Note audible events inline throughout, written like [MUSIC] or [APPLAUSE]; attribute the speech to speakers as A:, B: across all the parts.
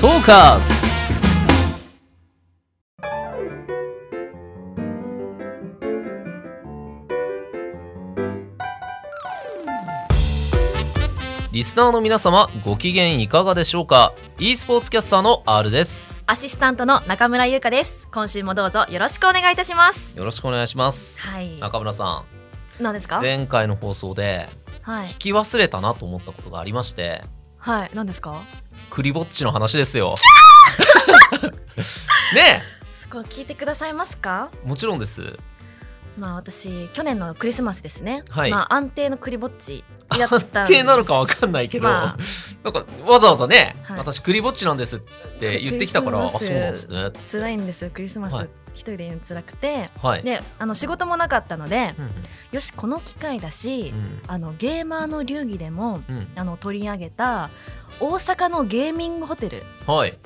A: トーカーズリスナーの皆様ご機嫌いかがでしょうか e スポーツキャスターの R です
B: アシスタントの中村優香です。今週もどうぞよろしくお願いいたします。
A: よろしくお願いします
B: はい。
A: 中村さ
B: 何です
A: ん
B: か？
A: 前回の放送で
B: はい
A: 聞き忘れたなと思ったことがありまして
B: はい。何ですか？
A: クリぼっちの話ですよ [LAUGHS] ね
B: そこ聞いてくださいますか？
A: えもちろんです
B: まあ私去年のクリスマスですね。
A: はい
B: まあ安定のクリぼっちだったんで。
A: 安定なのかわかんないけど、
B: まあ
A: なんかわざわざね、
B: はい
A: 私クリぼっちなんですって言ってきたからあ
B: ク
A: そ
B: リ
A: う
B: ス
A: なん
B: マ
A: で
B: ス
A: すねつ
B: 辛いんですよクリスマス、
A: はい
B: 一人でいるの辛くて。
A: はい、
B: であの仕事もなかったので
A: うん
B: よしこの機会だし、
A: うん
B: あのゲーマーの流儀でも
A: うん
B: あの取り上げた大阪のゲーミングホテル
A: うんはい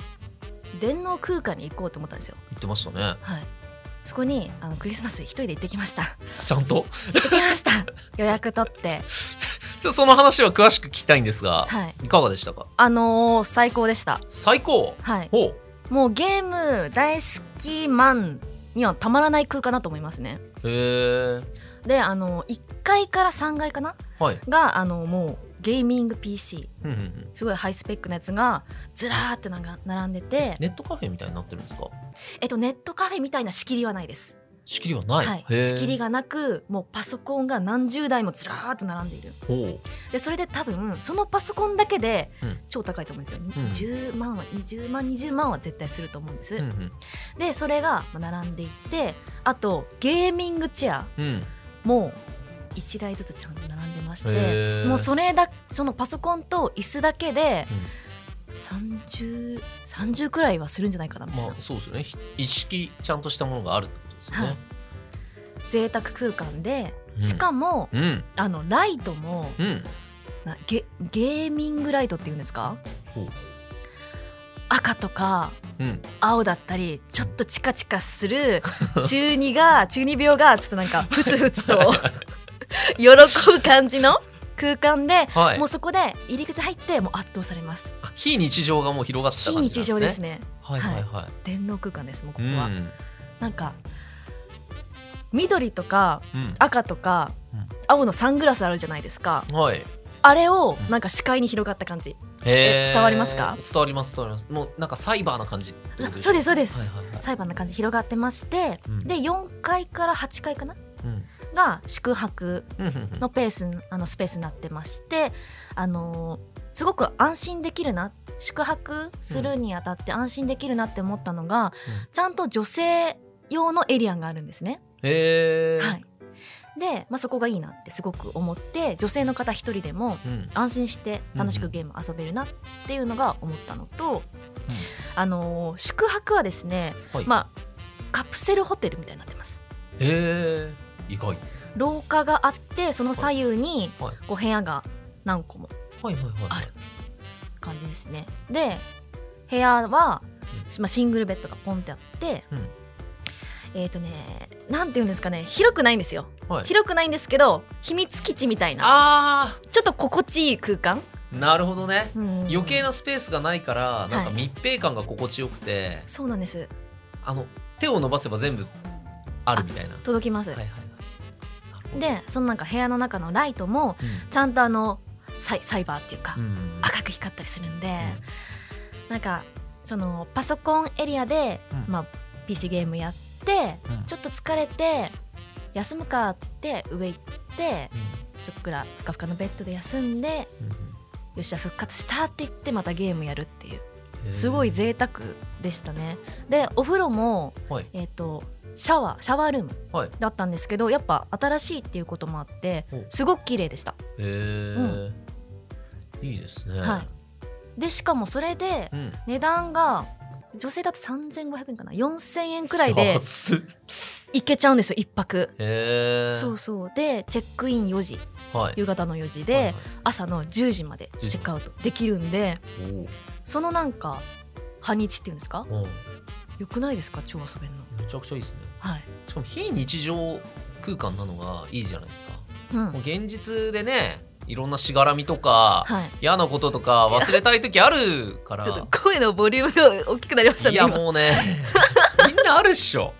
B: 電脳空間に行こうと思ったんですよ。
A: 言ってましたね
B: はい。そこにあのクリスマス一人で行ってきました。
A: ちゃんと
B: 行ってき
A: [LAUGHS]
B: ました。予約取って。
A: ちょその話は詳しく聞きたいんですが、
B: はい。
A: い、かがでしたか
B: あのー最高でした。
A: 最高
B: はい。
A: ほう
B: もうゲーム大好きマンにはたまらない空間だと思いますね。
A: へえ
B: で、あのー、1階から3階かな
A: はい、
B: が、あのーもうゲーミング PC。
A: うんうんうん、
B: すごいハイスペックなやつがずらーってなんか並んでて、
A: ネットカフェみたいになってるんですか
B: えっと、ネットカフェみたいな仕切りはないです、
A: 仕切りはない、
B: はい
A: へえ
B: 仕切りがなくもうパソコンが何十台もずらーっと並んでいる
A: ほう
B: でそれで多分そのパソコンだけで
A: うん
B: 超高いと思うんですよ、
A: ん
B: 10万は20万20万は絶対すると思うんです、
A: うん
B: でそれがまあ並んでいってあとゲーミングチェア
A: うんうん
B: も1台ずつちゃんと並んでまし
A: へ
B: て
A: ー
B: もうそれだそのパソコンと椅子だけで
A: うん
B: 3030、30くらいはするんじゃないかなみたいな、
A: まあそうですよねひ意識ちゃんとしたものがあるってことですよね、
B: はい贅沢空間で、
A: うん
B: しかも
A: うん
B: あのライトも
A: うん
B: なゲゲーミングライトっていうんですか
A: ほう
B: 赤とか
A: うん
B: 青だったりちょっとチカチカする [LAUGHS] 中二が中二病がちょっとなんかふつふつと [LAUGHS] 喜ぶ感じの空間で、
A: はい
B: もうそこで入り口入ってもう圧倒されます
A: あ非日常がもう広がってた
B: 非
A: 感じなんですね
B: 日常ですね
A: はいはいはい、
B: 電脳空間ですもうここ
A: うん
B: は、なんか緑とか
A: うん
B: 赤とか、
A: うん
B: 青のサングラスあるじゃないですか
A: はいへ
B: あれをなんか視界に広がった感じ、
A: え
B: 伝わりますか
A: 伝わります伝わりますもうなんかサイバーな感じってこと
B: そうですそうです、
A: はいはいはい
B: 裁判な感じ広がってまして、
A: うん
B: で4階から8階かな
A: うん
B: が宿泊
A: うんうんうん
B: のペースあのスペースになってまして、あのーすごく安心できるな宿泊するにあたって安心できるなって思ったのが、
A: うん
B: ちゃんと女性用のエリアがあるんですね。
A: へえ
B: はい、で、まあ、そこがいいなってすごく思って女性の方一人でも
A: うん
B: 安心して楽し
A: う
B: く
A: ん
B: ゲーム遊べるなっていうのが思ったのと、あのー宿泊はですね、
A: はい
B: まあ、カプセルホテルみたいになってます。
A: へえ意外はい
B: 廊下があってその左右に
A: はい
B: こう部屋が何個も
A: はいはいは
B: あ
A: い
B: る感じですねで部屋は
A: うん、
B: まあ、シングルベッドがポンってあって、
A: うん
B: えっ、とねなんて言うんですかね広くないんですよ
A: はい
B: 広くないんですけど秘密基地みたいな
A: あ
B: ちょっと心地いい空間、
A: ーなるほどね
B: うん
A: 余計なスペースがないからなんか
B: はい
A: 密閉感が心地よくて
B: そうなんです
A: あの手を伸ばせば全部あるみたいな
B: 届きます、
A: はいはいはいなるほど
B: でそのなんか部屋の中のライトもちゃんとあのサイサイバーっていうか、
A: うんうん
B: 赤く光ったりするんで、なんかそのパソコンエリアで、
A: うん
B: まあ、PC ゲームやって、
A: うん
B: ちょっと疲れて休むかって上行って
A: う
B: ちょっくらふかふかのベッドで休んで
A: んうん
B: よっしゃ復活したって言ってまたゲームやるっていう
A: うん
B: すごい贅沢でしたね。でお風呂も、
A: はい
B: えー、とシャワーシャワールーム
A: はい
B: だったんですけどやっぱ新しいっていうこともあって
A: お
B: すごく綺麗でした。
A: へえ、いいですね。
B: はいでしかもそれで
A: うん。
B: 値段が女性だと3500円かな4000円くらいで
A: 安っ
B: 行けちゃうんですよ一泊
A: [LAUGHS] へえ。
B: そうそうでチェックイン4時
A: はい。
B: 夕方の4時
A: はいは
B: で
A: い
B: 朝の10時までチェックアウトできるんでそのなんか半日っていうんですか
A: おお、うん
B: よくないですか超遊べるの
A: めちゃくちゃいいですね。
B: はい、
A: しかも非日常空間なのがいいじゃないですか。
B: うん
A: もう現実でね、いろんなしがらみとか、
B: はい
A: 嫌なこととか忘れたい時あるから
B: [LAUGHS] ちょっと声のボリュームが大きくなりました
A: い
B: ね
A: や
B: 今
A: もうね [LAUGHS] みんなあるっしょ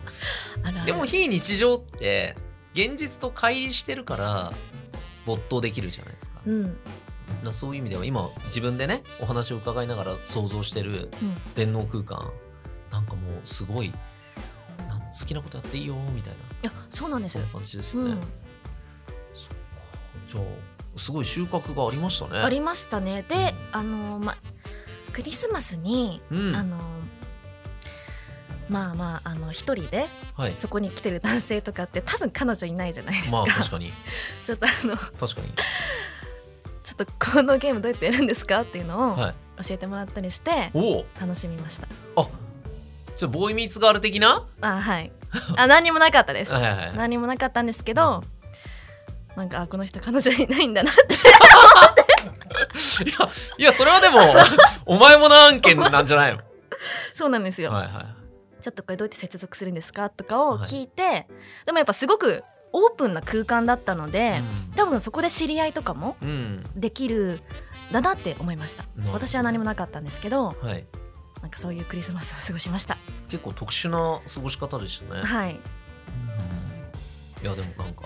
B: あら
A: でも非日常って現実と乖離してるから没頭できるじゃないですか,、
B: うん
A: そういう意味では今自分でねお話を伺いながら想像してる電脳空間なんかもうすごいなん好きなことやっていいよみたい
B: いやそうなん
A: な
B: です
A: そ
B: よ
A: んな感じです
B: う
A: よね、
B: ん、
A: そっかじゃあすごい収穫がありましたね
B: ありましたねであのまクリスマスに、
A: うん
B: あのまあまああの一人で
A: はい
B: そこに来てる男性とかって多分彼女いないじゃないですか、
A: まあ確かに
B: [LAUGHS] ちょっとあの
A: 確かに
B: ちょっとこのゲームどうやってやるんですかっていうのを
A: はい
B: 教えてもらったりして、
A: おお
B: 楽しみました
A: あじゃあボーイミーツガール的な
B: あはいあ何にもなかったです
A: はいはいはい
B: 何もなかったんですけどなんかあこの人彼女いないんだな [LAUGHS]
A: いや、いや、それはで
B: [LAUGHS]
A: も、お前もな案件なんじゃないの。
B: そうなんですよ、
A: はいはい。
B: ちょっとこれどうやって接続するんですかとかを聞いて、でもやっぱすごくオープンな空間だったので、多分そこで知り合いとかも
A: うん、うん、
B: できるだなって思いました
A: ほど
B: 私は何もなかったんですけど
A: はい。
B: なんかそういうクリスマスを過ごしました
A: 結構特殊な過ごし方でしたね。
B: はい
A: いや、でも、なんか、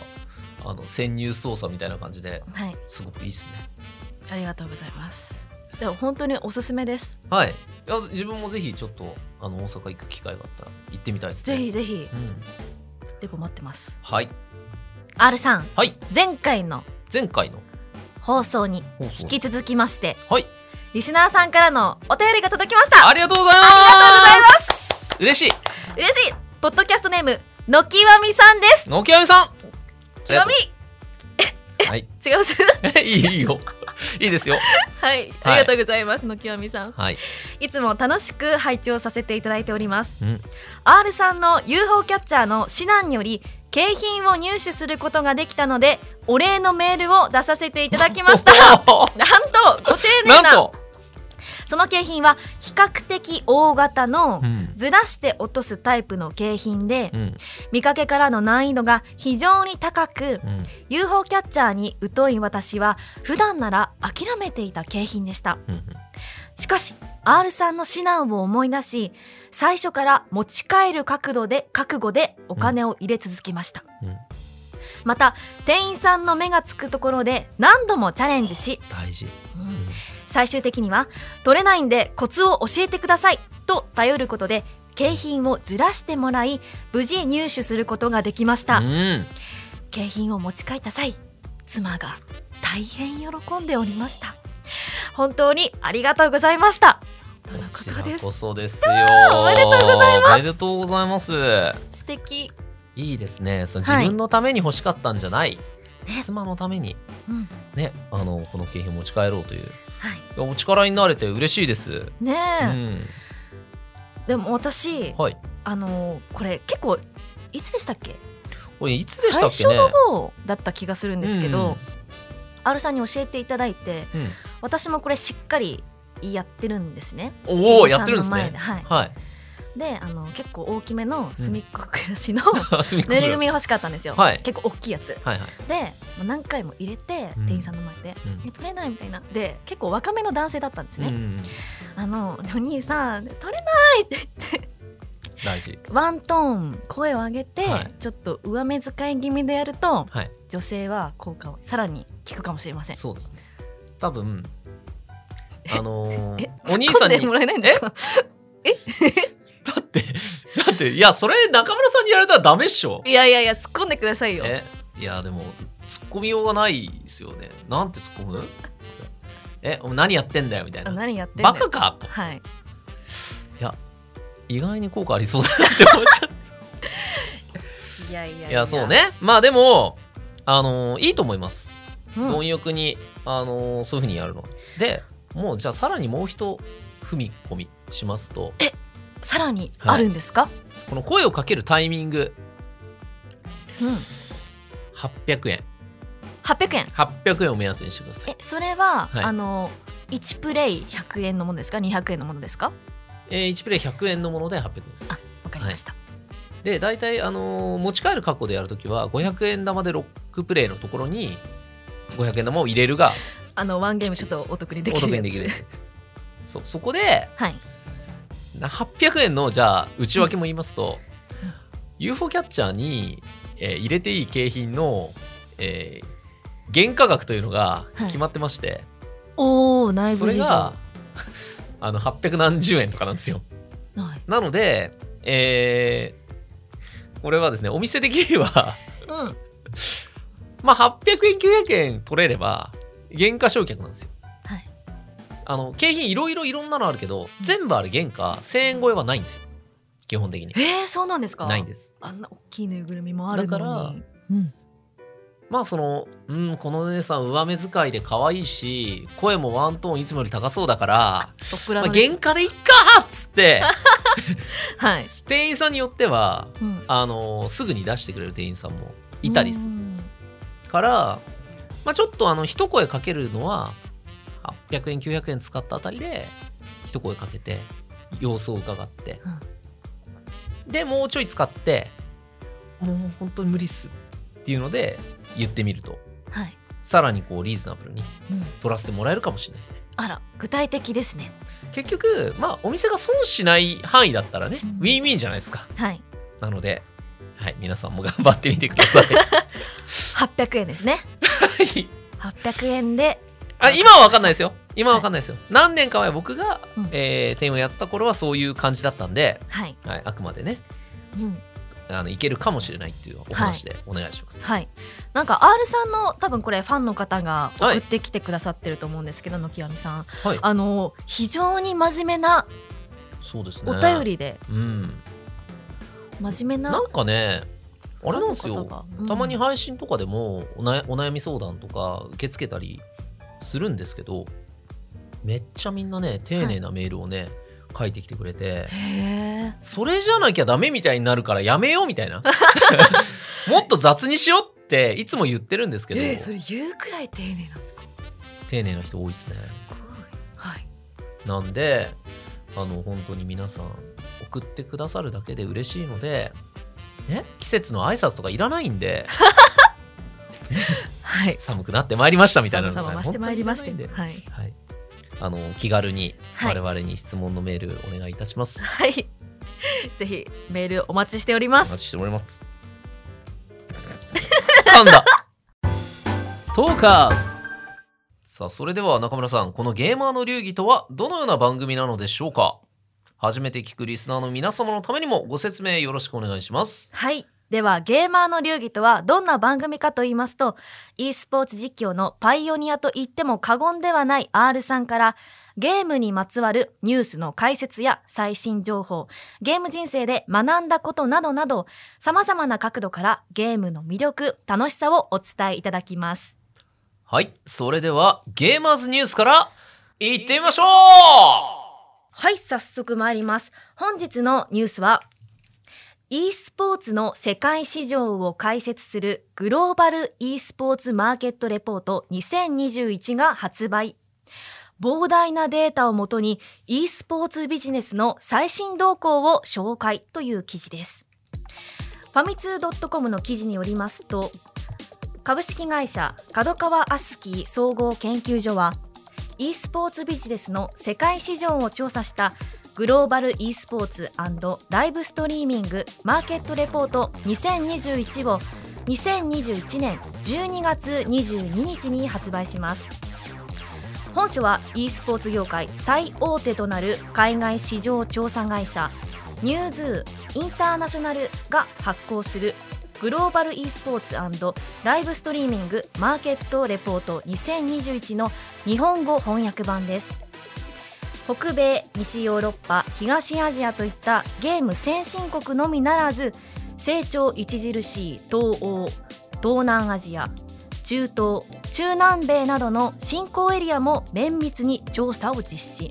A: あの潜入捜査みたいな感じで、
B: はい
A: すごくいいですね。
B: ありがとうございますでも本当におすすめです
A: はい。いや、自分もぜひ、ちょっと、あの大阪行く機会があったら、行ってみたいですね。
B: ぜひ。ぜひ
A: うん。
B: レポ待ってます
A: はい。
B: R さん
A: はい。
B: 前回の
A: 前回の
B: 放送に
A: 放送
B: 引。き続きまして
A: はい。
B: リスナーさんからのお便りが届きました
A: ありがとうございます。
B: ありがとうござい
A: ます。嬉しい。
B: 嬉しいポッドキャストネームのきわみさんです
A: のきあみさん。
B: きわみ
A: はい。
B: 違うます [LAUGHS]
A: い [LAUGHS] いいいよ。いいですよ。
B: はいありがとうございます、のきわみさん
A: はい。
B: いつも楽しく拝聴させていただいております
A: うん。
B: R さんの UFO キャッチャーの指南により景品を入手することができたのでお礼のメールを出させていただきましたなん
A: [LAUGHS] おー
B: とご丁寧
A: なん
B: な
A: と、
B: その景品は比較的大型の
A: ん
B: ずらして落とすタイプの景品で
A: うん
B: 見かけからの難易度が非常に高く
A: うん、
B: UFO キャッチャーに疎い私は普段なら諦めていた景品でしたしかし R さんの指南を思い出し最初から持ち帰る覚悟で覚悟でお金を入れ続きました、
A: うん
B: また店員さんの目がつくところで何度もチャレンジし、
A: 大事、
B: うん最終的には取れないんでコツを教えてくださいと頼ることで景品をずらしてもらい無事入手することができました、
A: うん、
B: 景品を持ち帰った際妻が大変喜んでおりました本当にありがとうございましたとのこと
A: こちら
B: です
A: こそですよ
B: おめでとうございます
A: おめでとうございます
B: 素敵、
A: いいですねその
B: はい
A: 自分のために欲しかったんじゃない、
B: ね
A: 妻のために
B: うん、
A: ねあのこの景品持ち帰ろうというい
B: はい
A: やお力になれて嬉しいです、
B: ね
A: う
B: え、
A: ん、
B: でも私
A: はい
B: あのーこれ結構いつでしたっけ
A: これいつでしたっ
B: 最初
A: けね
B: の方だった気がするんですけ
A: うん
B: ど、R さんに教えていただいて
A: うん
B: 私もこれしっかりやってるんですね
A: おお
B: 店員
A: や
B: さ
A: ってるんです
B: の前
A: ね
B: ではい、
A: はい
B: であの結構大きめの隅っこ暮らしの、
A: [LAUGHS] すみませ
B: ぬ
A: ん
B: いぐるみが欲しかったんですよ、
A: はい
B: 結構大きいやつ
A: はいはい
B: でまあ何回も入れて、
A: うん
B: 店員さんの前で「
A: うん
B: え取れない」みたいなで結構若めの男性だったんで
A: う
B: すね
A: ん
B: 「あのお兄さん取れない!」って言って
A: 大事
B: ワントーン声を上げて、
A: はい
B: ちょっと上目遣い気味でやると
A: はい
B: 女性は効果をさらに効くかもしれません
A: そうですね多分あのー
B: え、
A: お兄さん
B: 突っ込
A: に
B: んでもらえないんですか
A: だって、だって、いや、それ中村さんにやられたらダメっしょ。
B: いやいやいや突っ込んでくださいよ
A: えいや、でも、突っ込みようがないですよね。なんて突っ込むえ、お前何やってんだよみたい
B: あ
A: な。
B: 何やってんだ
A: バ
B: よ
A: カかと
B: はい
A: 意外に効果ありそうだなって思っちゃっ
B: いやいや [LAUGHS]
A: た。いや、そう、ね。まあでも、あのーいいと思います。
B: うん
A: 貪欲に、あのーそういうふうにやるの。で、もう、じゃあさらにもう一踏み込みしますと、
B: さらにあるんですか、
A: この声をかけるタイミング、
B: うん、
A: 800円。
B: 800円
A: 800円を目安にしてください。
B: えそれは、
A: はい
B: あの1プレイ100円のものですか200円のものですか
A: えー、1プレイ100円のもので800円です。
B: わかりました、
A: で、大体、あのー持ち帰る格好でやるときは、500円玉で6プレイのところに、 500円玉を入れるが
B: あのワンゲームちょっとお得にで
A: お
B: きる
A: 得
B: や
A: にで
B: つ
A: きるそうそこで
B: はい
A: な800円のじゃあ内訳も言いますと、UFO キャッチャーに、えー入れていい景品の、えー原価額というのが
B: はい
A: 決まってまして、
B: おお内
A: そ
B: 部
A: れ
B: 事情
A: が [LAUGHS]
B: は
A: あの800何十円とかなんですよ
B: い
A: なのでえーこれはですねお店的には
B: うん
A: まあ800円900円取れれば原価償却なんですよ
B: はい
A: あの景品いろいろいろんなのあるけど全部ある原価1000円超えはないんですよ基本的に
B: えー、そうなんですか
A: ないんです
B: あんな大きいぬいぐるみもあるのに
A: だから
B: うん
A: まあその、うん、このお姉さん上目遣いで可愛いし声もワントーンいつもより高そうだから、
B: ソプ
A: ま
B: ラ
A: あ、
B: ノ
A: 原価でいっかっつって [LAUGHS]
B: はい、
A: 店員さんによっては
B: うん、
A: あのすぐに出してくれる店員さんもいたりす
B: う
A: る
B: ん
A: から、まあ、ちょっとあの一声かけるのは800円900円使ったあたりで一声かけて様子を伺って、でもうちょい使ってもう本当に無理っすっていうので言ってみると
B: はい、
A: さらにこうリーズナブルに
B: うん、
A: 取らせてもらえるかもしれないですね
B: あら具体的ですね
A: 結局まあお店が損しない範囲だったらね、
B: うん
A: ウィンウィンじゃないですか
B: はい
A: なのではい皆さんも頑張ってみてください
B: 800円ですね
A: はい
B: 800円で
A: あ今は分かんないですよ今は分かんないですよ、何年か前僕が、
B: うん
A: えー、店をやってた頃はそういう感じだったんで、
B: はい、
A: はい、あくまでね
B: うん、
A: あのいけるかもしれないっていうお話でお願いします、
B: はいなんか R さんの多分これファンの方が送ってきてくださってると思うんですけど、のきわみさん
A: はい、
B: あの非常に真面目な
A: そうですね
B: お便りで、
A: うん
B: 真面目な
A: なんかねあれなんですよ
B: ファンの方がうん
A: たまに配信とかでもおなお悩み相談とか受け付けたりするんですけどめっちゃみんなね丁寧なメールをね、書いてきてくれて
B: へえ
A: それじゃなきゃダメみたいになるからやめようみたい
B: [LAUGHS]
A: なもっと雑にしようっていつも言ってるんですけど、
B: えーそれ言うくらい丁寧なんですか
A: 丁寧な人多いです
B: す
A: ね
B: ごいはい
A: なんであの本当に皆さん送ってくださるだけで嬉しいので、ね、季節の挨拶とかいらないん
B: [LAUGHS]
A: で
B: はい
A: 寒くなってまいりましたみたいなのが
B: 寒さも増してまいりまして
A: 本当にいらないんで
B: はい
A: はい、あの気軽に
B: は
A: 我
B: い、
A: 々に質問のメールお願いいたします。
B: はい、ぜひメールお待ちしておりま
A: お待
B: す
A: ちしております。噛んだ。トーカーズ。さあそれでは中村さんこのゲーマーの流儀とはどのような番組なのでしょうか。初めて聞くリスナーの皆様のためにもご説明よろしくお願いします。
B: はいではゲーマーの流儀とはどんな番組かと言いますと e スポーツ実況のパイオニアと言っても過言ではない R さんからゲームにまつわるニュースの解説や最新情報ゲーム人生で学んだことなどなどさまざまな角度からゲームの魅力楽しさをお伝えいただきます
A: はいそれではゲーマーズニュースからいってみましょう。
B: はい、早速参ります。本日のニュースは、e スポーツの世界市場を解説するグローバル e スポーツマーケットレポート2021が発売。膨大なデータをもとに e スポーツビジネスの最新動向を紹介という記事です。ファミツー .com の記事によりますと、株式会社角川アスキー総合研究所は e スポーツビジネスの世界市場を調査したグローバル e スポーツライブストリーミングマーケットレポート2021を2021年12月22日に発売します本書は e スポーツ業界最大手となる海外市場調査会社ニューズーインターナショナルが発行するグローバル e スポーツライブストリーミングマーケットレポート2021の日本語翻訳版です北米西ヨーロッパ東アジアといったゲーム先進国のみならず成長著しい東欧東南アジア中東中南米などの新興エリアも綿密に調査を実施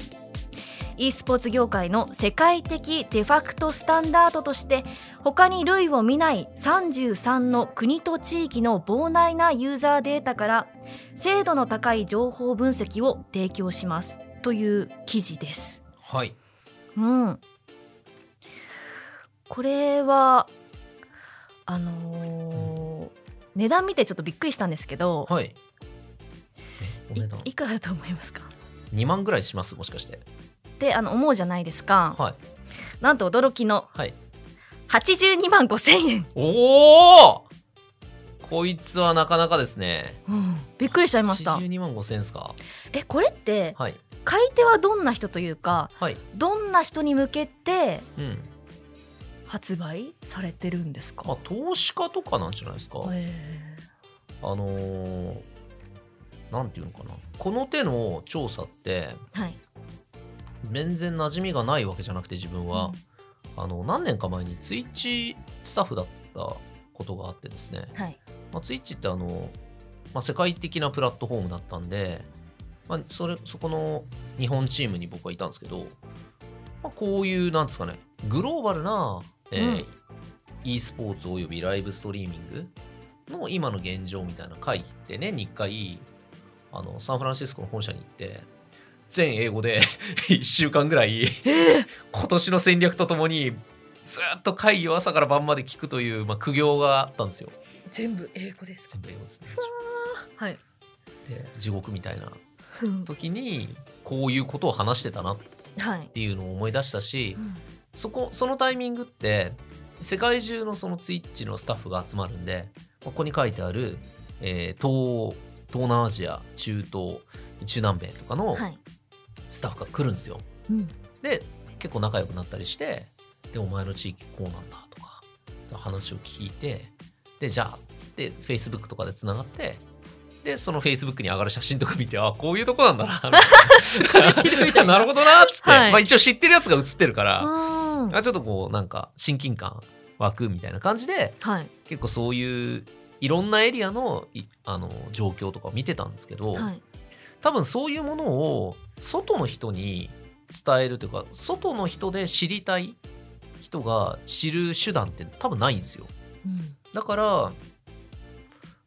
B: e スポーツ業界の世界的デファクトスタンダードとして他に類を見ない33の国と地域の膨大なユーザーデータから精度の高い情報分析を提供しますという記事です。
A: はい
B: うん、これはあのー値段見てちょっとびっくりしたんですけど、
A: はいお値段
B: いいくらだと思いますか
A: 2万ぐらいしますもしかして
B: ってあの思うじゃないですか、
A: はい
B: なんと驚きの
A: はい
B: 82万5千円、
A: おおこいつはなかなかですね
B: うんびっくりしちゃいました
A: 12万5千円ですか
B: えこれって
A: はい
B: 買い手はどんな人というか
A: はい
B: どんな人に向けて
A: うん
B: 発売されてるんです
A: ま
B: か
A: あ、投資家とかなんじゃないですか、
B: え
A: あのーなんていうのかなこの手の調査って
B: ーはい
A: 全然馴染みがないわけじゃなくて自分は、あの何年か前にツイッチスタッフだったことがあってですね、
B: はい
A: まあ、ツイッチってあの、まあ、世界的なプラットフォームだったんで、まあ、それそこの日本チームに僕はいたんですけど、まあ、こういうなんですかねグローバルな、えー
B: うん
A: e スポーツおよびライブストリーミングの今の現状みたいな会議って年に1回あのサンフランシスコの本社に行って全英語で [LAUGHS] 1週間ぐらい今年の戦略とともにずーっと会議を朝から晩まで聞くという、まあ、苦行があったんですよ。
B: 全部英語です
A: 全部英語ですね [LAUGHS]
B: はい
A: で地獄みたいな
B: うん
A: 時にこういうことを話してたなっ
B: はい
A: ていうのを思い出したし
B: うん
A: そこそのタイミングって世界中のそのツイッチのスタッフが集まるんでここに書いてある、えー東欧東南アジア中東中南米とかの
B: はい
A: スタッフが来るんですよ。
B: うん
A: で結構仲良くなったりしてでお前の地域こうなんだとか話を聞いてでじゃあっつって Facebook とかでつながってでその Facebook に上がる写真とか見てあこういうとこなんだな
B: 知るみ [LAUGHS] たいな
A: なるほどなっつって、
B: はい
A: まあ、一応知ってるやつが写ってるから、
B: うん
A: あちょっとこうなんか親近感湧くみたいな感じで
B: はい
A: 結構そういういろんなエリアのいあの状況とかを見てたんですけど、
B: はい
A: 多分そういうものを外の人に伝えるというか外の人で知りたい人が知る手段って多分ないんですよ
B: うん
A: だから、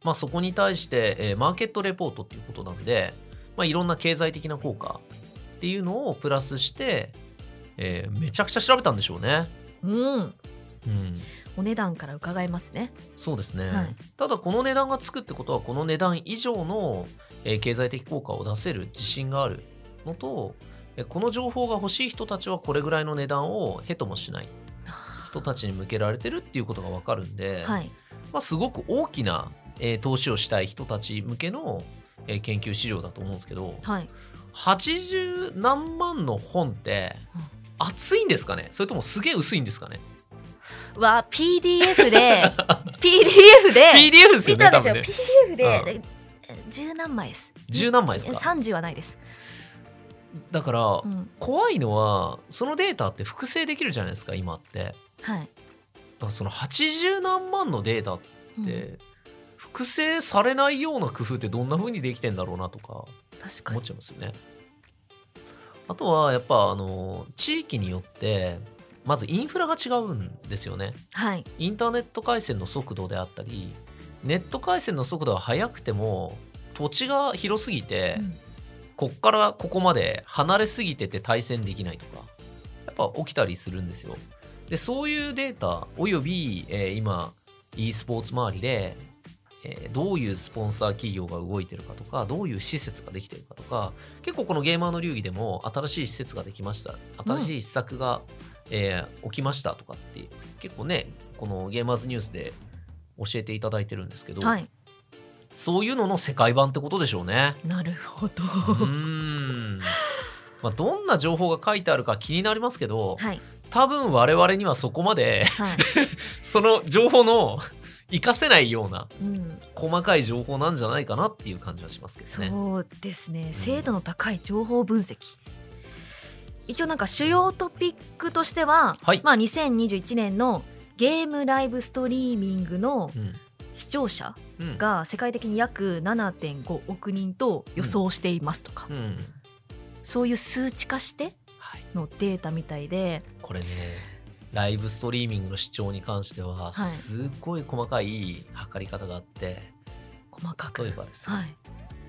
A: まあ、そこに対して、えーマーケットレポートっていうことなんで、まあ、いろんな経済的な効果っていうのをプラスして、えーめちゃくちゃ調べたんでしょうね。
B: うん
A: うん、
B: お値段から伺えますね
A: そうですね、
B: はい
A: ただこの値段がつくってことはこの値段以上の、えー経済的効果を出せる自信があるのとえーこの情報が欲しい人たちはこれぐらいの値段をへともしない人たちに向けられてるっていうことが分かるんで、
B: はい
A: まあ、すごく大きな、えー投資をしたい人たち向けの、えー研究資料だと思うんですけど
B: はい
A: 80何万の本って
B: うん
A: 厚いんですかねそれともすげえ薄いんですかね
B: は PDF で [LAUGHS] PDF で
A: PDF ですよ
B: 見
A: ね
B: たん
A: 多
B: です
A: 分
B: よ
A: ね
B: PDF
A: うん
B: でえ十何枚です
A: 十何枚ですか
B: 30はないです
A: だから
B: うん
A: 怖いのはそのデータって複製できるじゃないですか今ってだか
B: はい
A: らその80何万のデータっ
B: うん
A: て複製されないような工夫ってどんな風にできてんだろうなとか
B: 確か
A: 思っ
B: に
A: ちゃいますよねあとはやっぱあの地域によってまずインフラが違うんですよね
B: はい
A: インターネット回線の速度であったりネット回線の速度が速くても土地が広すぎて、
B: うん
A: こっからここまで離れすぎてて対戦できないとかやっぱ起きたりするんですよでそういうデータおよび、えー今 e スポーツ周りで、えーどういうスポンサー企業が動いてるかとかどういう施設ができてるかとか結構このゲーマーの流儀でも新しい施設ができました新しい施策が、えー起きましたとかって結構ねこのゲーマーズニュースで教えていただいてるんですけど、
B: はい
A: そういうのの世界版ってことでしょうね。
B: なるほど
A: うーんまあ、どんな情報が書いてあるか気になりますけど、
B: はい
A: 多分我々にはそこまで [LAUGHS]
B: はい
A: その情報の活かせないような
B: うん
A: 細かい情報なんじゃないかなっていう感じはしますけどね。
B: そうですね精度の高い情報分析一応なんか主要トピックとしては、
A: はい
B: まあ、2021年のゲームライブストリーミングの
A: うん
B: 視聴者
A: うん
B: が世界的に約7.5億人と予想していますとか、
A: うん
B: そういう数値化して
A: はい、
B: のデータみたいで
A: これねライブストリーミングの視聴に関しては、
B: い
A: すっごい細かい測り方があって
B: 細かく
A: 例えばですね、
B: はい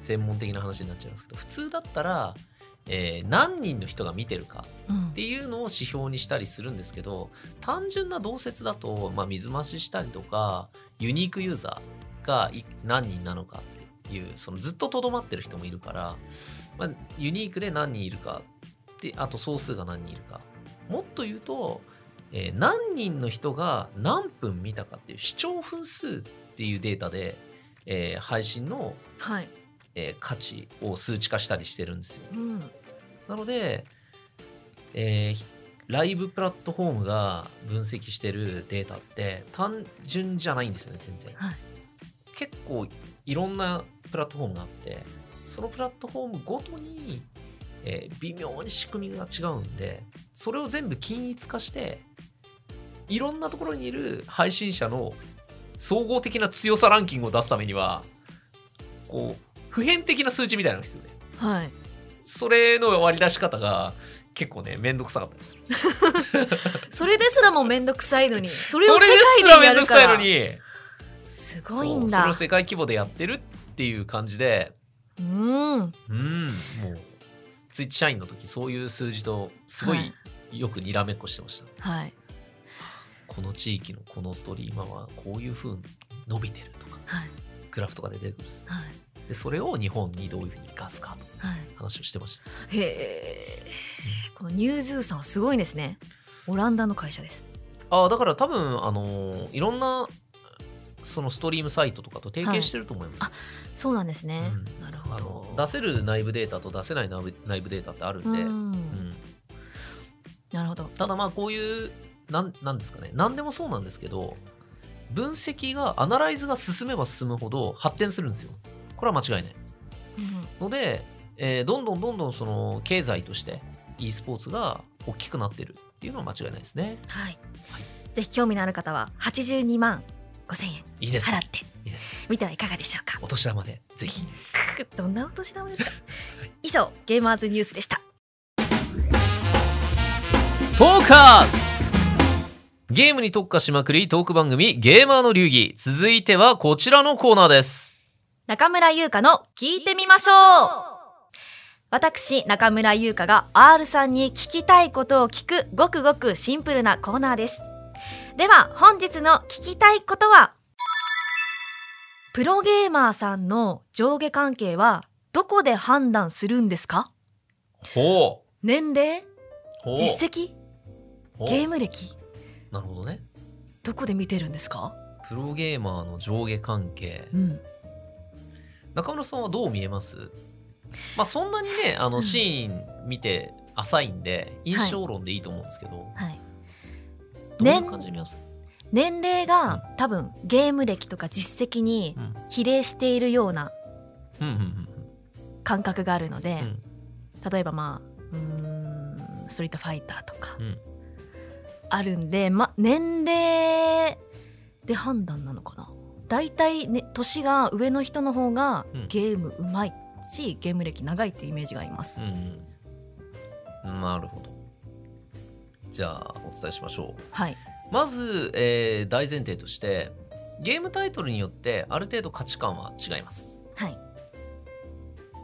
A: 専門的な話になっちゃいますけど普通だったら、えー何人の人が見てるか
B: うん
A: っていうのを指標にしたりするんですけど単純な同説だと、まあ、水増ししたりとかユニークユーザーがい何人なのかいうそのずっととどまってる人もいるから、まあ、ユニークで何人いるかであと総数が何人いるかもっと言うと、えー何人の人が何分見たかっていう視聴分数っていうデータで、えー配信の、
B: はい、
A: えー価値を数値化したりしてるんですよ。
B: うん、
A: なので、えーライブプラットフォームが分析してるデータって単純じゃないんですよね、全然。
B: はい
A: 結構いろんなプラットフォームがあって、そのプラットフォームごとに、えー微妙に仕組みが違うんで、それを全部均一化して、いろんなところにいる配信者の総合的な強さランキングを出すためには、こう、普遍的な数値みたいなのが必要で。
B: はい、
A: それの割り出し方が結構ね、めんどくさかったでする。
B: それですらもうめんどくさいのに、そ
A: そ
B: れを世界でやるか
A: れ
B: ら、
A: ですら
B: ご
A: め
B: い
A: んどく
B: ん
A: さいのに、そうそれ
B: だ
A: を。世界規模でやってるっていう感じで、
B: うん、
A: うん、もう、ツイッチ社員の時そういう数字とすご
B: はいい
A: よくにらめっこしてました。
B: はい、
A: この地域のこのストリーマーはこういう風に伸びてるとか、
B: はい、
A: グラフとかで出てくるんです。
B: はい、
A: で、それを日本にどういう風に生かすかと
B: は
A: 話をしてました。
B: い。へえ、このニューズーさんはすごいですね。オランダの会社です。
A: ああ、だから多分、あのーいろんな、そのストリームサイトとかと提携してると思います。
B: そうなんですね。
A: うん
B: なる
A: あ
B: ほ
A: の出
B: ど。
A: せる内部データと出せない内部内部データってあるんで、
B: う
A: うん
B: ん、なるほど。
A: ただまあこういうなんなんですかね何でもそうなんですけど分析がアナライズが進めば進むほど発展するんですよこれは間違いない
B: うん
A: ので、えーどんどんどんどんその経済として e スポーツが大きくなってるっていうのは間違いないですね
B: はい
A: はい。
B: ぜひ興味のある方は82万5000円
A: いいですね
B: 払って
A: いいですね
B: みてはいかがでしょうか。
A: お年玉でぜひ
B: くどんなお年玉で
A: [LAUGHS]
B: すか。以上、ゲーマーズニュースでした。
A: トーカーズゲームに特化しまくりトーク番組ゲーマーの流儀続いてはこちらのコーナーです
B: 中村優香の聞いてみましょう私中村優香が R さんに聞きたいことを聞くごくごくシンプルなコーナーですでは本日の聞きたいことはプロゲーマーさんの上下関係はどこで判断するんですか
A: ほう
B: 年齢
A: ほう
B: 実績
A: ほう
B: ゲーム歴
A: なるほどね
B: どこで見てるんですか
A: プロゲーマーの上下関係
B: うん
A: 中村さんはどう見えますまあそんなにねあ
B: う
A: の
B: ん
A: シーン見て浅いんで印象論でいいと思うんですけど、
B: はい
A: どういう感じで見ます、
B: 年齢が多分ゲーム歴とか実績に
A: うん
B: 比例しているような
A: うんうん
B: 感覚があるので、
A: うん
B: 例えばまあうーんストリートファイターとか
A: うんうん
B: あるんで、ま、年齢で判断なのかな大体、ね、年が上の人の方が
A: うん
B: ゲームうまいし、ゲーム歴長いっていうイメージがあります、
A: うんうんなるほどじゃあお伝えしましょう
B: はい
A: まず、えー大前提としてゲームタイトルによってある程度価値観は違います
B: はい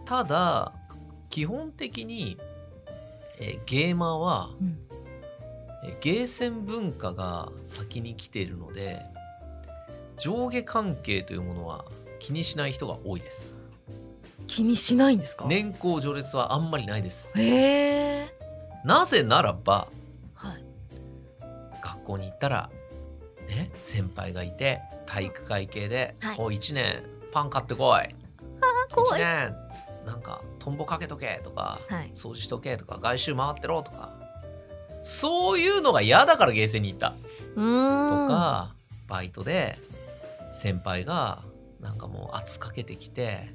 A: ただ基本的に、えーゲーマーは、
B: うん
A: えーゲーセン文化が先に来ているので上下関係というものは気にしない人が多いです
B: 気にしないんですか
A: 年功序列はあんまりないです
B: へえ
A: なぜならば
B: はい
A: 学校に行ったらね先輩がいて体育会系で
B: はい
A: 「おい1年パン買ってこい」
B: 怖い
A: 1年つなんかトンボかけとけとか
B: はい
A: 掃除しとけとか外周回ってろとかそういうのが嫌だからゲーセンに行った
B: う
A: と
B: ーん
A: か、バイトで先輩がなんかもう圧かけてきて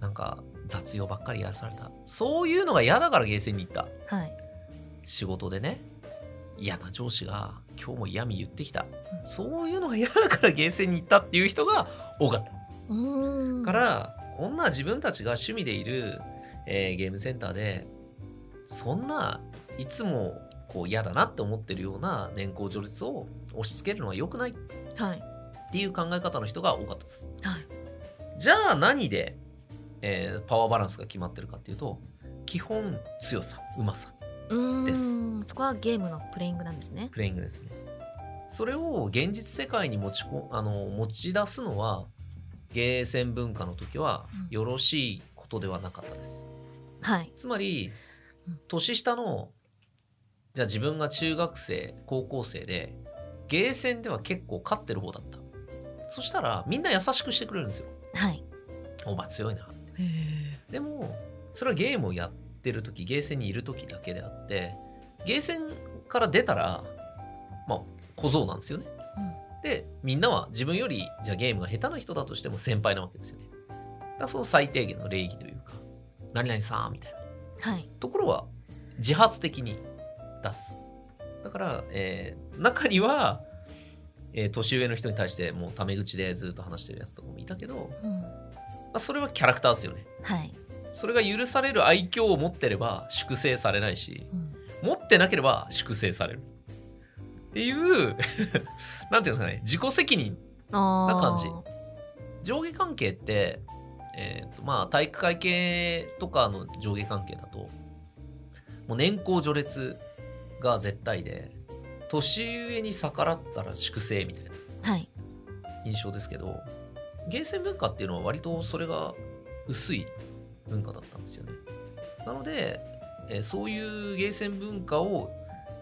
A: なんか雑用ばっかりやらされたそういうのが嫌だからゲーセンに行った
B: はい
A: 仕事でね嫌な上司が今日も嫌み言ってきたそういうのが嫌だからゲーセンに行ったっていう人が多かった
B: うーん
A: からこんな自分たちが趣味でいる、えーゲームセンターでそんないつもこう嫌だなって思ってるような年功序列を押し付けるのは良くないっ
B: はい
A: ていう考え方の人が多かったです
B: はい
A: じゃあ何で、えーパワーバランスが決まってるかっていうと基本強さうまさ
B: うーん
A: で
B: そこはゲームのプレイングなんですね
A: プレイングですねそれを現実世界に持ちこあの持ち出すのはゲーセン文化の時は
B: うん
A: よろしいことではなかったです。
B: はい
A: つまり
B: うん
A: 年下のじゃあ自分が中学生高校生でゲーセンでは結構勝ってる方だった。そしたらみんな優しくしてくれるんですよ。
B: はい
A: お前強いな。
B: へえ
A: でもそれはゲームをやってる時ゲーセンにいる時だけであってゲーセンから出たらまあ小僧なんですよね。でみんなは自分よりじゃあゲームが下手な人だとしても先輩なわけですよね。だからその最低限の礼儀というか何々さんみたいな
B: はい
A: ところは自発的に出す。だから、えー中には、えー年上の人に対してもうタメ口でずっと話してるやつとかもいたけど、
B: うん
A: まあ、それはキャラクターですよね。
B: はい
A: それが許される愛嬌を持ってれば粛清されないし
B: うん
A: 持ってなければ粛清されるっていう [LAUGHS] なんていうんですかね自己責任
B: あー
A: な感じ上下関係って、えーとまあ、体育会系とかの上下関係だともう年功序列が絶対で年上に逆らったら粛清みたいな
B: はい
A: 印象ですけどゲーセン文化っていうのは割とそれが薄い文化だったんですよねなので、えーそういうゲーセン文化を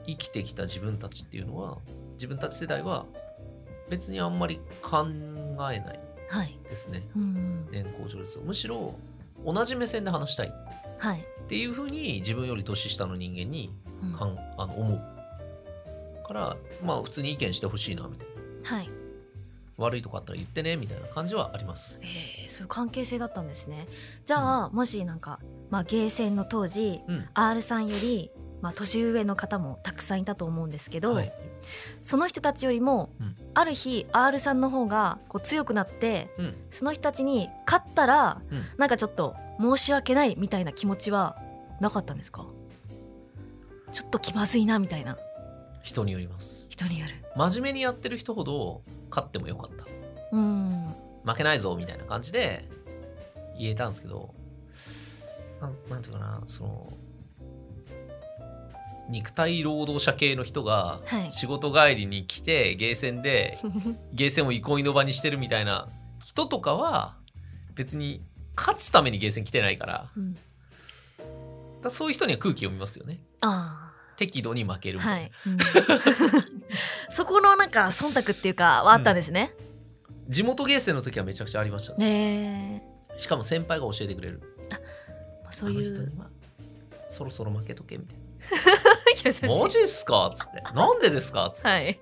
A: 生きてきた自分たちっていうのは自分たち世代は別にあんまり考えない
B: はい
A: ですね
B: うん
A: 年功序列をむしろ同じ目線で話したいっ
B: はい
A: ていうふうに自分より年下の人間に
B: うん
A: かんあの思うからまあ普通に意見してほしいなみたいな
B: はい
A: 悪いとこあったら言ってねみたいな感じはあります
B: えー、そういう関係性だったんですねじゃあ、もしなんか、まあ、ゲーセンの当時
A: うん
B: R さんより、まあ、年上の方もたくさんいたと思うんですけど、
A: はい
B: その人たちよりも、
A: うん
B: ある日 R さんの方がこう強くなって
A: うん
B: その人たちに勝ったら、
A: うん
B: なんかちょっと申し訳ないみたいな気持ちはなかったんですかちょっと気まずいなみたいな
A: 人によります
B: 人による
A: 真面目にやってる人ほど勝ってもよかっ
B: うんは
A: た負けないぞみたいな感じで言えたんですけどなんなんていうかなその肉体労働者系の人が
B: い
A: 仕事帰りに来てゲーセン
B: [LAUGHS]
A: でゲーセンを憩いの場にしてるみたいな人とかは別に勝つためにゲーセン来てないからだか
B: うん、
A: らそういう人には空気読みますよね
B: あ
A: 適度に負け
B: あ
A: るみた
B: はい、
A: ない
B: うん [LAUGHS] そこのなんか忖度っていうかはあったんですね、
A: 地元ゲーセンの時はめちゃくちゃありましたね
B: ねえ
A: しかも先輩が教えてくれる
B: まあ、そうい
A: あの人
B: う
A: にはそろそろ負けとけみたい
B: 優しい
A: な「マジっすか?」っつって「なんでですか?」っつっ
B: はい、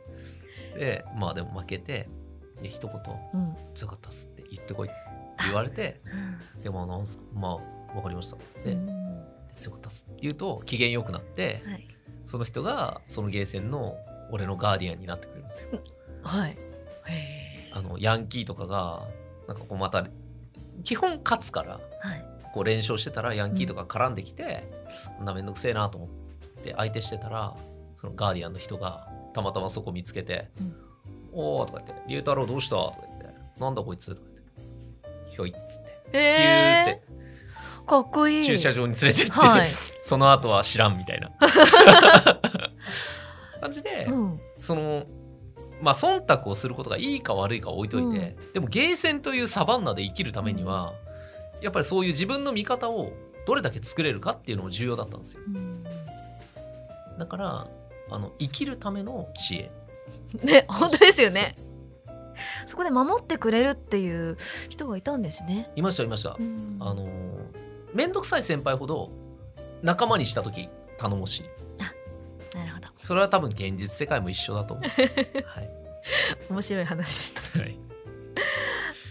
A: てまあでも負けてで一言
B: うん、
A: 「強かったっす」って言ってこいって言われ
B: [LAUGHS]
A: て「でもなんすまあわかりました」っつって「
B: う
A: で
B: ん
A: 強かったっす」って言うと機嫌よくなって
B: はい、
A: その人がそのゲーセンの俺のガーディアンになってくれるんですよ。
B: はい、へえ
A: あのヤンキーとかがなんかこうまた基本勝つから
B: はい、
A: こう連勝してたらヤンキーとか絡んできて、こんなめんどくせえなと思って相手してたらそのガーディアンの人がたまたまそこ見つけて「
B: うん
A: おー」とか言って「龍太郎どうした?」とか言って「なんだこいつ?」とか言って「ひょい」っつって
B: え
A: ピューって
B: かっこいい
A: 駐車場に連れてって、
B: はい、
A: その後は知らんみた
B: [LAUGHS]
A: いな感じで、
B: うん、
A: そのまあ忖度をすることがいいか悪いかは置いといて、でもゲーセンというサバンナで生きるためにはやっぱりそういう自分の見方をどれだけ作れるかっていうのも重要だったんですよ
B: うん
A: だからあの生きるための知恵
B: ね本当ですよねそこで守ってくれるっていう人がいたんですね、
A: いましたいました、
B: うん、
A: あの面倒くさい先輩ほど仲間にした時頼もしい
B: なるほど
A: それは多分現実世界も一緒だと思います、
B: [LAUGHS]
A: はい
B: 面白い話でした
A: はい、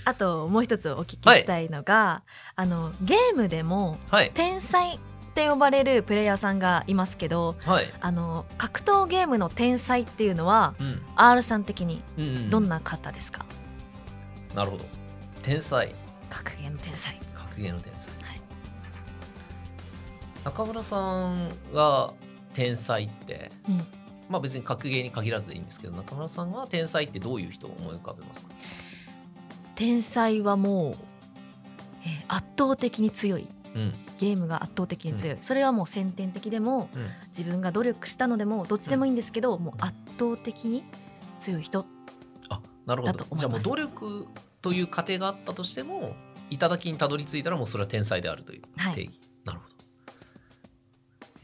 B: あともう一つお聞きしたいのが、あのゲームでも
A: はい
B: 天才って呼ばれるプレイヤーさんがいますけど
A: はい
B: あの格闘ゲームの天才っていうのは
A: うん
B: R さん的に
A: うんうん
B: どんな方ですか、
A: なるほど天才
B: 格言の天才
A: 格言の天才、
B: はい
A: 中村さんが天才って、
B: うん
A: まあ別に格言に限らずでいいんですけど中村さんは天才ってどういう人を思い浮かべますか
B: 天才はもう、えー圧倒的に強い
A: うん
B: ゲームが圧倒的に強い、それはもう先天的でも
A: うん
B: 自分が努力したのでもどっちでもいいんですけど、もう圧倒的に強い人
A: あなるほ
B: だと
A: ど
B: 思います
A: じゃあもう努力という過程があったとしても頂きにたどり着いたらもうそれは天才であるという
B: はい
A: 定義、なるほど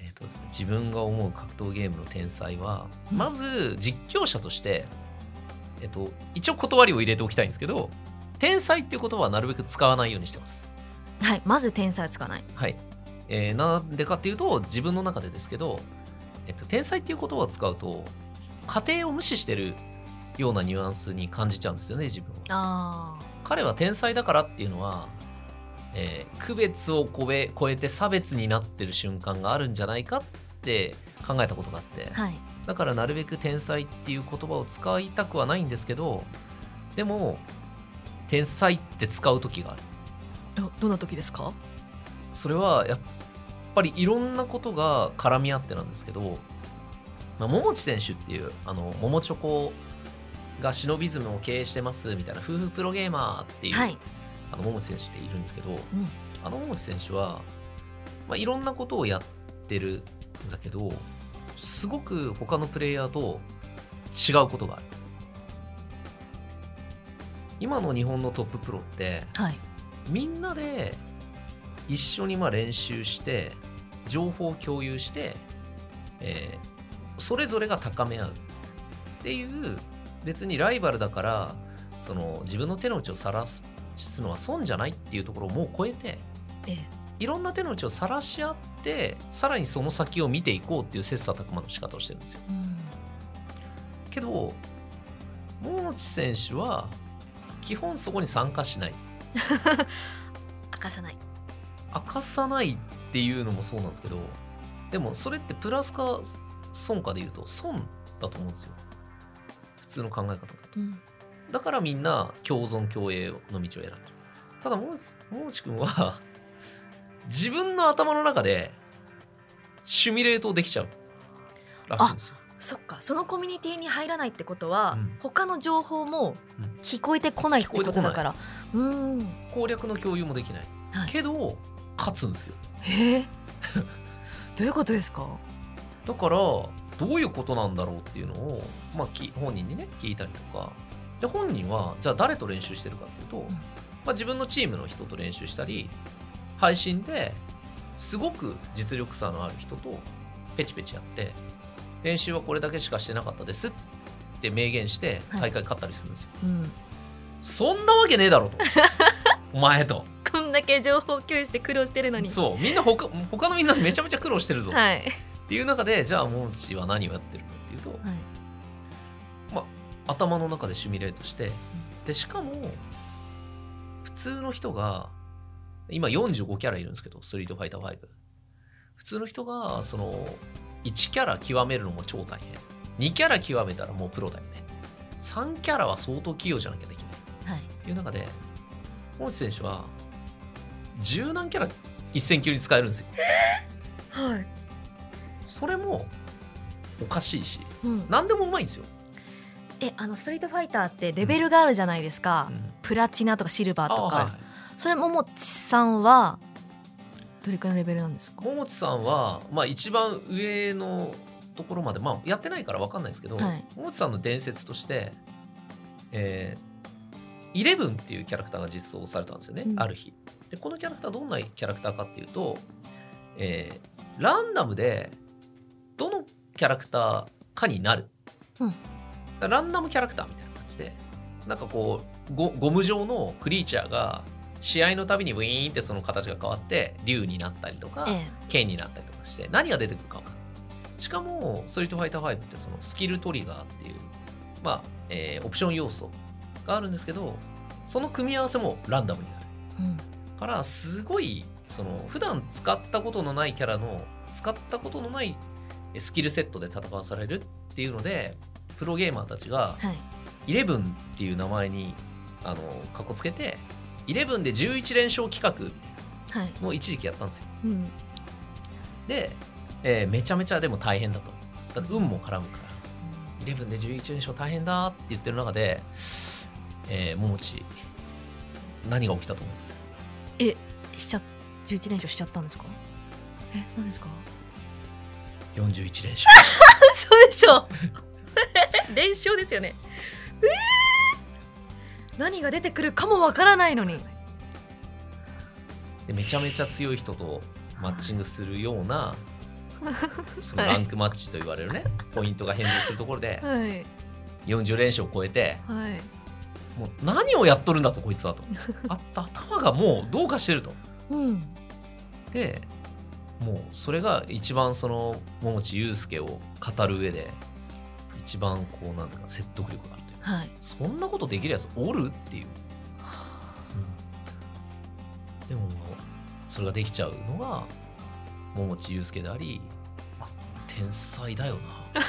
A: えっ、とですね自分が思う格闘ゲームの天才は、
B: うん
A: まず実況者としてえっ、と一応断りを入れておきたいんですけど天才っていう言葉はなるべく使わないようにしてます
B: はいまず天才はつかない
A: はい、えーなんでかっていうと自分の中でですけど、えっと、天才っていう言葉を使うと家庭を無視してるようなニュアンスに感じちゃうんですよね自分は。
B: あ
A: 彼は天才だからっていうのは、えー区別を超え超えて差別になってる瞬間があるんじゃないかって考えたことがあって、
B: ーはい
A: だからなるべく天才っていう言葉を使いたくはないんですけどでも天才って使う時がある。
B: おどんな時ですか
A: それはやっぱりいろんなことが絡み合ってなんですけど、まあ、桃地選手っていうあの桃チョコがシノビズムを経営してますみたいな夫婦プロゲーマーっていう、
B: はい
A: あの桃地選手っているんですけど、
B: ん
A: あの桃地選手は、まあ、いろんなことをやってるんだけどすごく他のプレイヤーと違うことがある。今の日本のトッププロって
B: はい
A: みんなで一緒にまあ練習して情報を共有して、えーそれぞれが高め合うっていう別にライバルだからその自分の手の内を晒すのは損じゃないっていうところをもう超えて
B: ええ
A: いろんな手の内を晒し合ってさらにその先を見ていこうっていう切磋琢磨の仕方をしてるんですよ。
B: うん
A: けど桃地選手は基本そこに参加しない。
B: 明かさない
A: 明かさないっていうのもそうなんですけどでもそれってプラスか損かで言うと損だと思うんですよ普通の考え方だと
B: うん
A: だからみんな共存共栄の道を選んでるただもうもうちくんは自分の頭の中でシミュレートできちゃうらしいんですよ
B: そっかそのコミュニティに入らないってこと
A: う
B: は、
A: ん
B: 他の情報も
A: うん
B: 聞こえてこないってことだからうん
A: 攻略の共有もできない、
B: はい
A: けど勝つんですよ
B: え [LAUGHS] ーどういうことですか
A: だからどういうことなんだろうっていうのを、まあ、き本人にね聞いたりとかで本人はじゃあ誰と練習してるかっていうと、
B: ん
A: まあ、自分のチームの人と練習したり配信ですごく実力差のある人とペチペチやって練習はこれだけしかしてなかったですって明言して
B: はい
A: 大会勝ったりするんですよ、
B: うん
A: そんなわけねえだろ
B: [LAUGHS]
A: とお前と
B: こんだけ情報共有して苦労してるのに
A: そうみんな他他のみんなめちゃめちゃ苦労してるぞ、
B: は
A: っ
B: い、
A: ていう中でじゃあモンチは何をやってるかっていうと、
B: はい、
A: 頭の中でシミュレートしてでしかも普通の人が今45キャラいるんですけど「ストリートファイター5」普通の人がその1キャラ極めるのも超大変2キャラ極めたらもうプロだよね3キャラは相当器用じゃなきゃできない
B: はい、
A: っていう中で本地選手は柔軟キャラ一戦級に使えるんですよ
B: はい、
A: それもおかしいし
B: うん、
A: 何でもうまいんですよ、
B: えあのストリートファイターってレベルがあるじゃないですか、
A: うん
B: プラチナとかシルバーとか
A: あはいはい
B: それももちさんはどれくらいのレベルなんですか
A: 桃地さんは、まあ、一番上のところまで、まあ、やってないから分かんないですけど、
B: はい
A: 桃地さんの伝説として、えーイレブンっていうキャラクターが実装されたんですよね、
B: うん
A: ある日でこのキャラクターどんなキャラクターかっていうと、えーランダムでどのキャラクターかになる、
B: うん
A: だからランダムキャラクターみたいな感じでなんかこうゴゴム状のクリーチャーが試合のたびにウィーンってその形が変わって竜になったりとか、
B: え
A: 剣になったりとかして何が出てくるか分かんないしかも「ストリートファイター5」ってそのスキルトリガーっていうまあ、えーオプション要素があるんですけどその組み合わせもランダムになる
B: え、うん、
A: からすごいその普段使ったことのないキャラの使ったことのないスキルセットで戦わされるっていうのでプロゲーマーたちが
B: はい
A: イレブンっていう名前にあのかっこつけてイレブンで11連勝企
B: はい、
A: 画の一時期やったんですよ
B: うん、
A: で、えーめちゃめちゃでも大変だとだって運も絡むからイレブンで11連勝大変だって言ってる中で、えー、桃地何が起きたと思います
B: しちゃ11連勝しちゃったんですかえ何 [LAUGHS] ですか
A: 41連勝
B: [LAUGHS] そうでしょ連勝ですよね何が出てくるかもわからないのに
A: でめちゃめちゃ強い人とマッチングするようなそのランクマッチと言われるね、ポイントが変動するところで
B: はい
A: 40連勝を超えて
B: はい
A: もう何をやっとるんだとこいつはとあ頭がもうどうかしてると
B: うん
A: でもうそれが一番その桃地祐介を語る上で一番こうなんていうか説得力があるというか
B: はい
A: そんなことできるやつおるっていう、うんでもそれができちゃうのが桃地祐介であり、まあ天才だよ [LAUGHS] なだ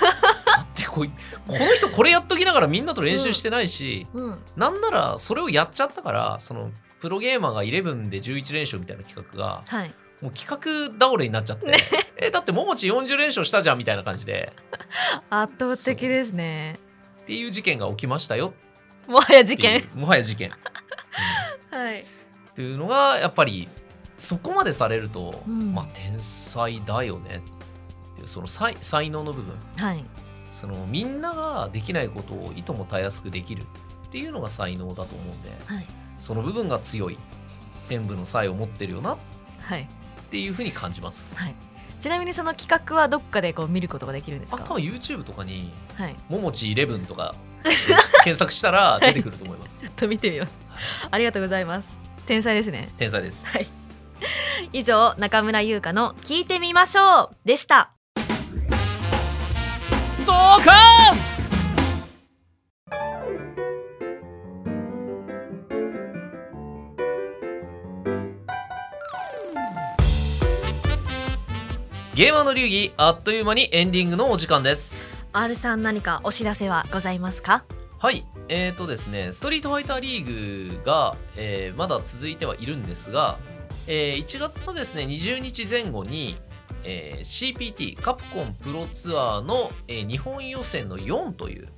A: ってこいこの人これやっときながらみんなと練習してないし、
B: うん
A: なんならそれをやっちゃったからそのプロゲーマーが11で11連勝みたいな企画が
B: はい
A: もう企画倒れになっちゃって、 [LAUGHS] えだって桃地40連勝したじゃんみたいな感じで
B: 圧倒的ですね
A: っていう事件が起きましたよって
B: もはや事
A: いう
B: 件
A: もはや事件、うん
B: はい
A: っていうのがやっぱりそこまでされると、
B: うん
A: まあ天才だよねっていうその才才能の部分
B: はい
A: そのみんなができないことをいともたやすくできるっていうのが才能だと思うんで
B: はい
A: その部分が強い天部の才を持ってるよなっ
B: はい
A: ていうふうに感じます。
B: はいちなみにその企画はどっかでこう見ることができるんです
A: あ
B: か
A: 多分 YouTube とかに
B: はい
A: ももち11とか検索したら出てくると思います。
B: ちょっと見てみますありがとうございます天才ですね
A: 天才です。
B: はい以上中村優香の聞いてみましょうでした
A: ドカンスゲーマーの流儀あっという間にエンディングのお時間です
B: R さん何かお知らせはございますか
A: はいえーとですねストリートファイターリーグが、えーまだ続いてはいるんですが、えー1月のですね20日前後に、えー CPT カプコンプロツアーの、えー日本予選の4という、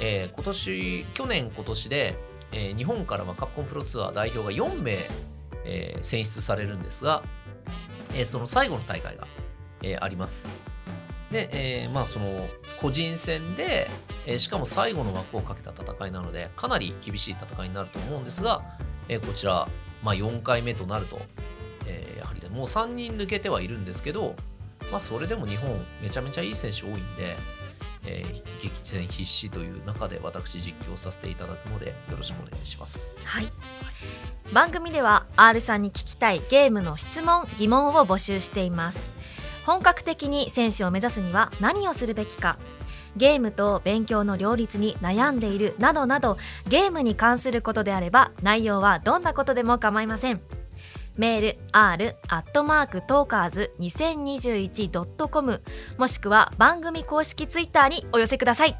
A: えー今年去年今年で、えー日本からまあカプコンプロツアー代表が4名、えー選出されるんですが、えーその最後の大会が、えーありますで、えーまあその個人戦で、えーしかも最後の枠をかけた戦いなのでかなり厳しい戦いになると思うんですが、えーこちら、まあ、4回目となると、えーやはりねもう3人抜けてはいるんですけど、まあ、それでも日本めちゃめちゃいい選手多いんで、えー激戦必至という中で私実況させていただくのでよろしくお願いします。
B: はい番組では R さんに聞きたいゲームの質問疑問を募集しています本格的に選手を目指すには何をするべきかゲームと勉強の両立に悩んでいるなどなどゲームに関することであれば内容はどんなことでも構いませんメール r アットマークトーカーズ 2021.com もしくは番組公式ツイッターにお寄せください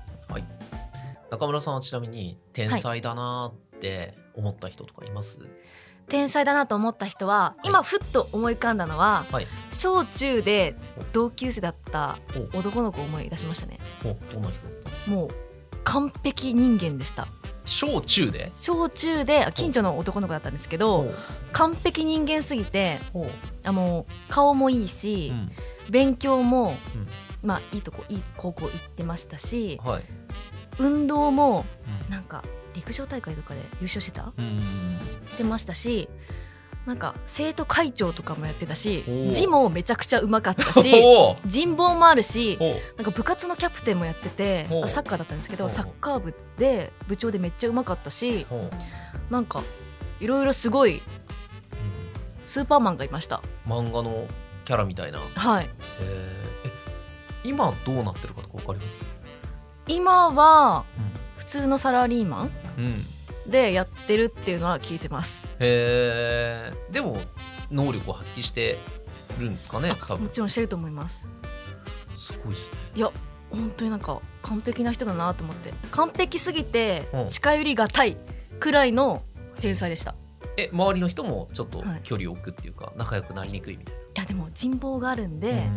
A: 中村さんはちなみに天才だなーって思った人とかいます、
B: 天才だなと思った人は今ふっと思い浮かんだのは、
A: はい、
B: 小中で同級生だった男の子を思い出しましたね
A: おどんな人だったんですか
B: もう完璧人間でした
A: 小中で
B: 小中であ近所の男の子だったんですけど完璧人間すぎて
A: おう
B: あの顔もいいし、
A: うん
B: 勉強も、
A: うん
B: まあいいとこいい高校行ってましたし
A: はい、
B: 運動も
A: うん
B: なんか陸上大会とかで優勝してた
A: うん
B: してましたしなんか生徒会長とかもやってたし
A: お
B: 字もめちゃくちゃうまかっ
A: [LAUGHS]
B: たし
A: おう
B: 人望もあるし
A: おう
B: なんか部活のキャプテンもやってて
A: ほう
B: あサッカーだったんですけ
A: ほ
B: ど
A: う
B: サッカー部で部長でめっちゃうまかったし
A: おう
B: なんかいろいろすごいスーパーマンがいました
A: 漫画のキャラみたいな、
B: はい
A: えーえ今どうなってるかとかわかります、
B: 今は
A: う
B: 普通のサラリーマン
A: んうん、
B: でやってるっていうのは聞いてます
A: えーでも能力を発揮してるんですかね多
B: も
A: 分
B: ちろんしてると思います
A: すごいですね
B: 本当になんか完璧な人だなと思って完璧すぎて
A: うん
B: 近寄りがたいくらいの天才でした
A: え周りの人もちょっと
B: はい
A: 距離を置くっていうか、仲良くなりにくいみたい
B: いやでも人望があるんで、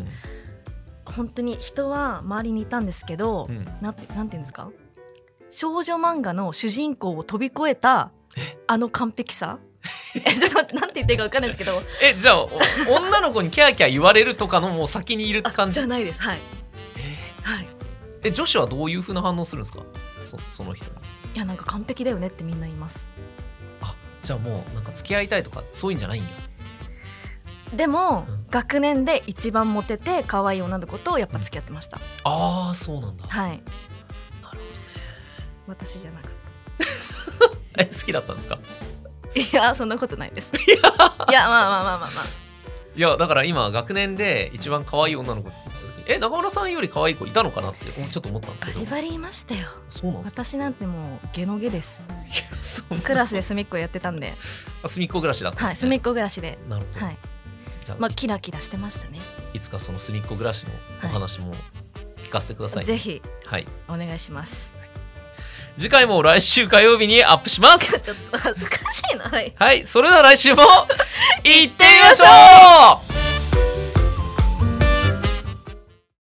A: な、
B: 本当に人は周りにいたんですけど、
A: うんうん
B: なんてなんていうんですか少女漫画の主人公を飛び越えたあの完璧さえちょっと待ってなんて言っていいか分かんないですけ
A: [LAUGHS]
B: ど
A: えじゃあお女の子にキャーキャー言われるとかのもう先にいる
B: あ
A: 感じ
B: じゃないですはい、はい、
A: え女子はどういうふうな反応するんですかそその人に
B: いやなんか完璧だよねってみんな言います
A: あじゃあもうなんか付き合いたいとかそういうんじゃないんや
B: でも、
A: うん
B: 学年で一番モテて可愛い女の子とやっぱ付き合ってました、
A: ああそうなんだ
B: はい
A: なるほど
B: 私じゃなかっ
A: え好きだったんですか
B: たいやそんなことないです
A: [LAUGHS]
B: いやまあまあまあまあまあ
A: いやだから今学年で一番可愛い女の子って言った時にえ中村さんより可愛い子いたのかなっておちょっと思ったんです
B: バ
A: けど
B: リバリいましたよ
A: そうなんですか
B: 私なんてもうゲノゲです
A: いやそん
B: クラスで隅っこやってたんで
A: な隅っこ暮らしだったん
B: は
A: で
B: い
A: す
B: 隅
A: ね、
B: っこ暮らしで
A: なるほど、
B: はい
A: じゃあ、
B: まあキラキラしてましたね
A: いつかその隅っこ暮らしのお話も聞かせてください、
B: ぜひ
A: はい、
B: お願いします [LAUGHS]
A: 次回も来週火曜日にアップします [LAUGHS]
B: ちょっと恥ずかしいなはい
A: はい、それでは来週も行ってみましょう